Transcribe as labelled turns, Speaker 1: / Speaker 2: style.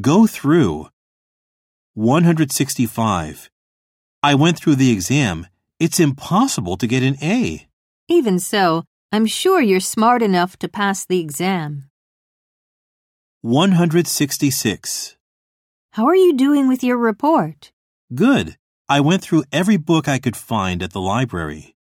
Speaker 1: Go through. 165. I went through the exam. It's impossible to get an A.
Speaker 2: Even so, I'm sure you're smart enough to pass the exam.
Speaker 1: 166.
Speaker 2: How are you doing with your report?
Speaker 1: Good. I went through every book I could find at the library.